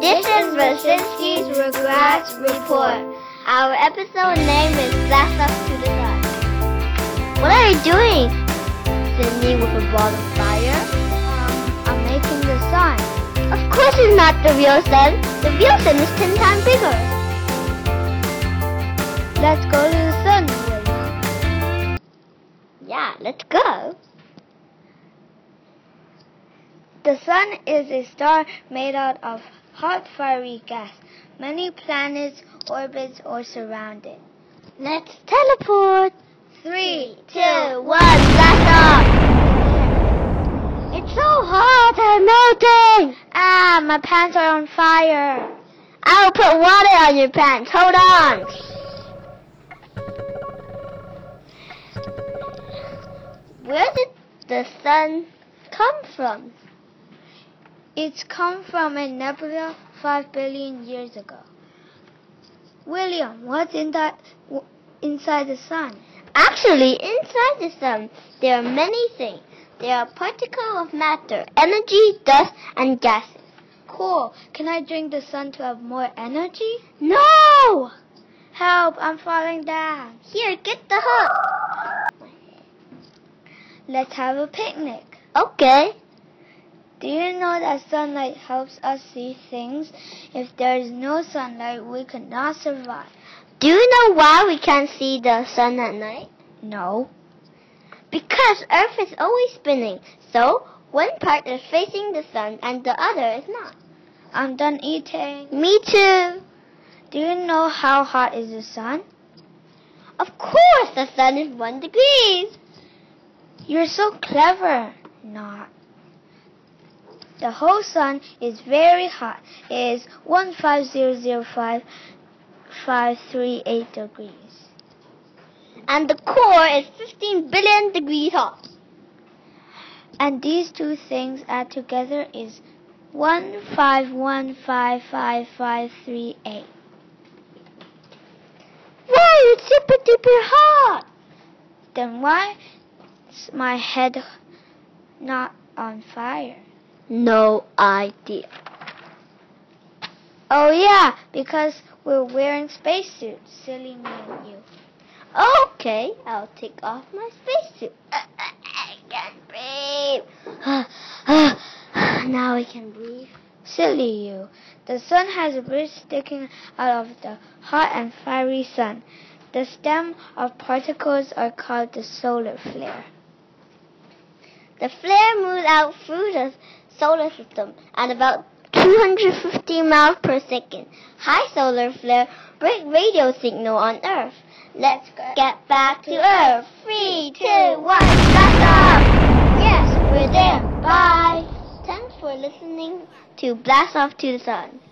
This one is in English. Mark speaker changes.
Speaker 1: This is Rosinski's Regrets Report. Our episode name is Blast Us to the Sun. What are you doing? Sydney with a ball of fire. Um, I'm making the sun. Of course it's not the real sun. The real sun is ten times bigger. Let's go to the sun, William. Yeah, let's go. The sun is a star made out of hot fiery gas. Many planets, orbits, or surround it. Let's teleport! Three, two, one, blast off! It's so hot, I'm melting! Ah, my pants are on fire. I'll put water on your pants, hold on! Where did the sun come from? It's come from a nebula five billion years ago. William, what's in that, w- inside the sun? Actually, inside the sun, there are many things. There are particles of matter, energy, dust, and gases. Cool. Can I drink the sun to have more energy? No! Help, I'm falling down. Here, get the hook. Let's have a picnic. Okay. Do you know that sunlight helps us see things? If there is no sunlight, we could not survive. Do you know why we can't see the sun at night? No. Because Earth is always spinning, so one part is facing the sun and the other is not. I'm done eating. Me too. Do you know how hot is the sun? Of course, the sun is one degree. You're so clever. Not. The whole sun is very hot. It is 1500538 degrees. And the core is 15 billion degrees hot. And these two things add together is 1515538. Wow, it's super duper hot! Then why is my head not on fire? No idea. Oh yeah, because we're wearing spacesuits, silly me and you. Okay, I'll take off my spacesuit. I can't breathe. now I can breathe. Silly you. The sun has a bridge sticking out of the hot and fiery sun. The stem of particles are called the solar flare. The flare moves out through the solar system at about 250 miles per second. High solar flare break radio signal on Earth. Let's get back to Earth. Three, two, one, blast off! Yes, we're there. Bye. Thanks for listening to Blast Off to the Sun.